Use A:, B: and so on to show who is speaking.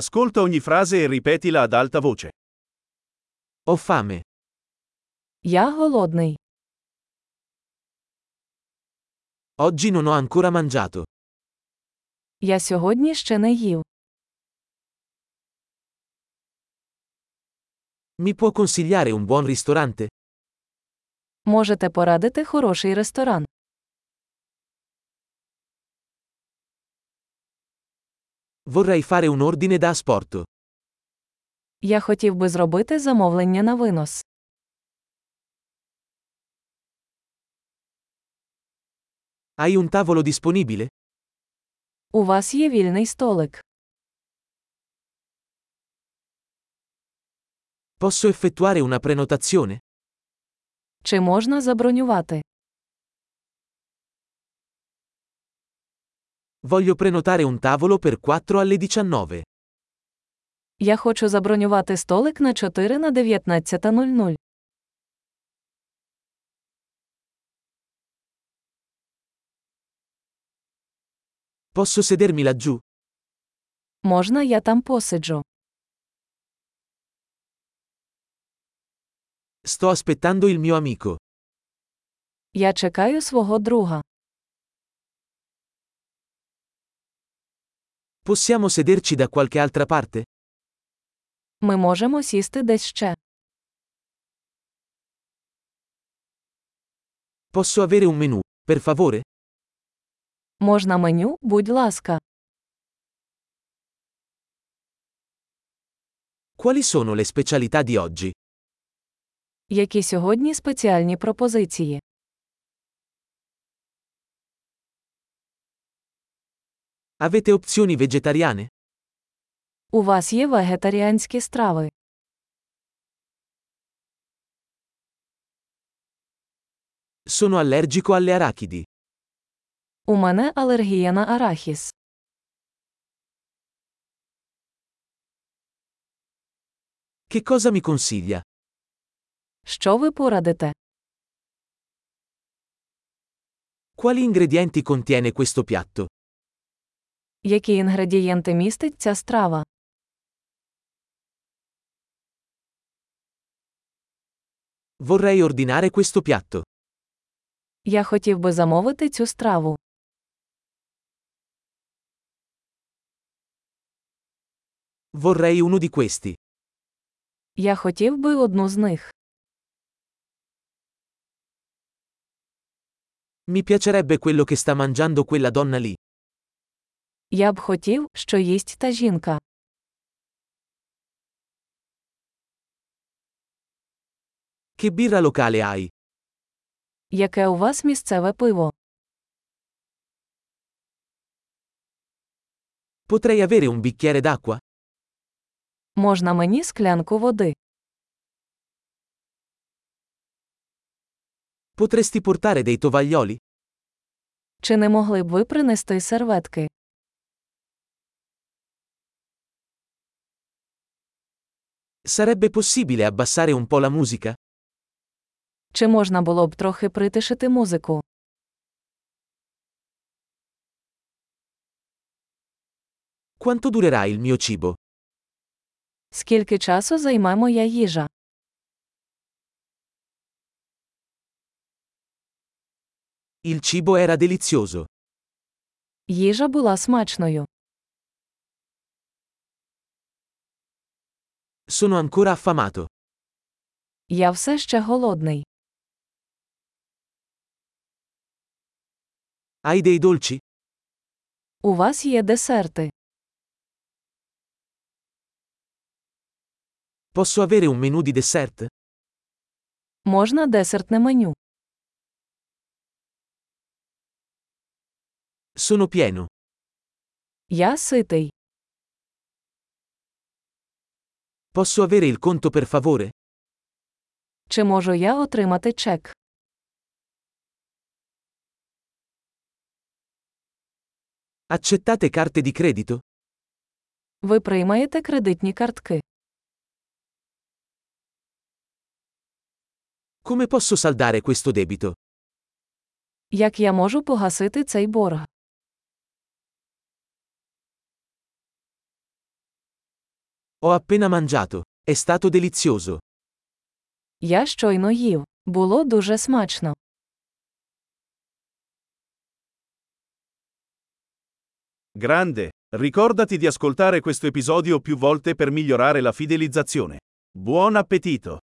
A: Ascolta ogni frase e ripetila ad alta voce.
B: Ho fame.
C: Я голодний.
B: Oggi non ho ancora mangiato.
C: Я сьогодні ще не їв.
B: Mi può consigliare un buon ristorante?
C: Можете порадити хороший ресторан.
B: Vorrei fare un ordine da asporto.
C: Я хотів би зробити замовлення на винос.
B: Hai un tavolo disponibile?
C: У вас є вільний столик.
B: Posso effettuare una prenotazione?
C: Чи можна забронювати?
B: Voglio prenotare un tavolo per 4 alle 19.
C: Я хочу забронювати столик на 4 на 19.00.
B: Posso sedermi laggiù?
C: Можна я там посиджу?
B: Sto aspettando il mio amico.
C: Я чекаю свого друга.
B: Possiamo sederci da qualche altra parte?
C: Ми можемо сісти десь ще.
B: Posso avere un menù, per favore?
C: Можна меню, будь ласка.
B: Quali sono le specialità di oggi?
C: Які сьогодні спеціальні пропозиції?
B: Avete opzioni vegetariane?
C: У вас є вегетаріанські страви.
B: Sono allergico alle arachidi.
C: У мене алергія на арахіс.
B: Che cosa mi consiglia?
C: Що ви порадите?
B: Quali ingredienti contiene questo piatto?
C: Які інгредієнти містить ця страва?
B: Vorrei ordinare questo piatto.
C: Я хотів би замовити цю страву.
B: Vorrei uno di questi.
C: Я хотів би одну з них.
B: Mi piacerebbe quello che sta mangiando quella donna lì.
C: Я б хотів, що їсть та жінка.
B: Che birra locale hai?
C: Яке у вас місцеве пиво?
B: Potrei avere un bicchiere d'acqua?
C: Можна мені склянку води?
B: Potresti portare dei tovaglioli?
C: Чи не могли б ви принести серветки?
B: Sarebbe possibile abbassare un po' la musica?
C: Чи можна було б трохи притишити музику?
B: Quanto durerà il mio cibo?
C: Скільки часу займе моя їжа?
B: Il cibo era delizioso.
C: Їжа була смачною.
B: Sono ancora affamato.
C: Я все ще голодний.
B: Hai dei dolci?
C: У вас є десерти.
B: Posso avere un menù di dessert?
C: Можна десертне меню.
B: Sono pieno.
C: Я ситий.
B: Posso avere il conto per favore?
C: Чи можу я отримати чек?
B: Accettate carte di credito?
C: Ви приймаєте кредитні картки.
B: Come posso saldare questo debito?
C: Як я можу погасити цей борг?
D: Ho appena mangiato. È stato delizioso.
C: Я щойно їв. Було дуже смачно.
B: Grande, ricordati di ascoltare questo episodio più volte per migliorare la fidelizzazione. Buon appetito!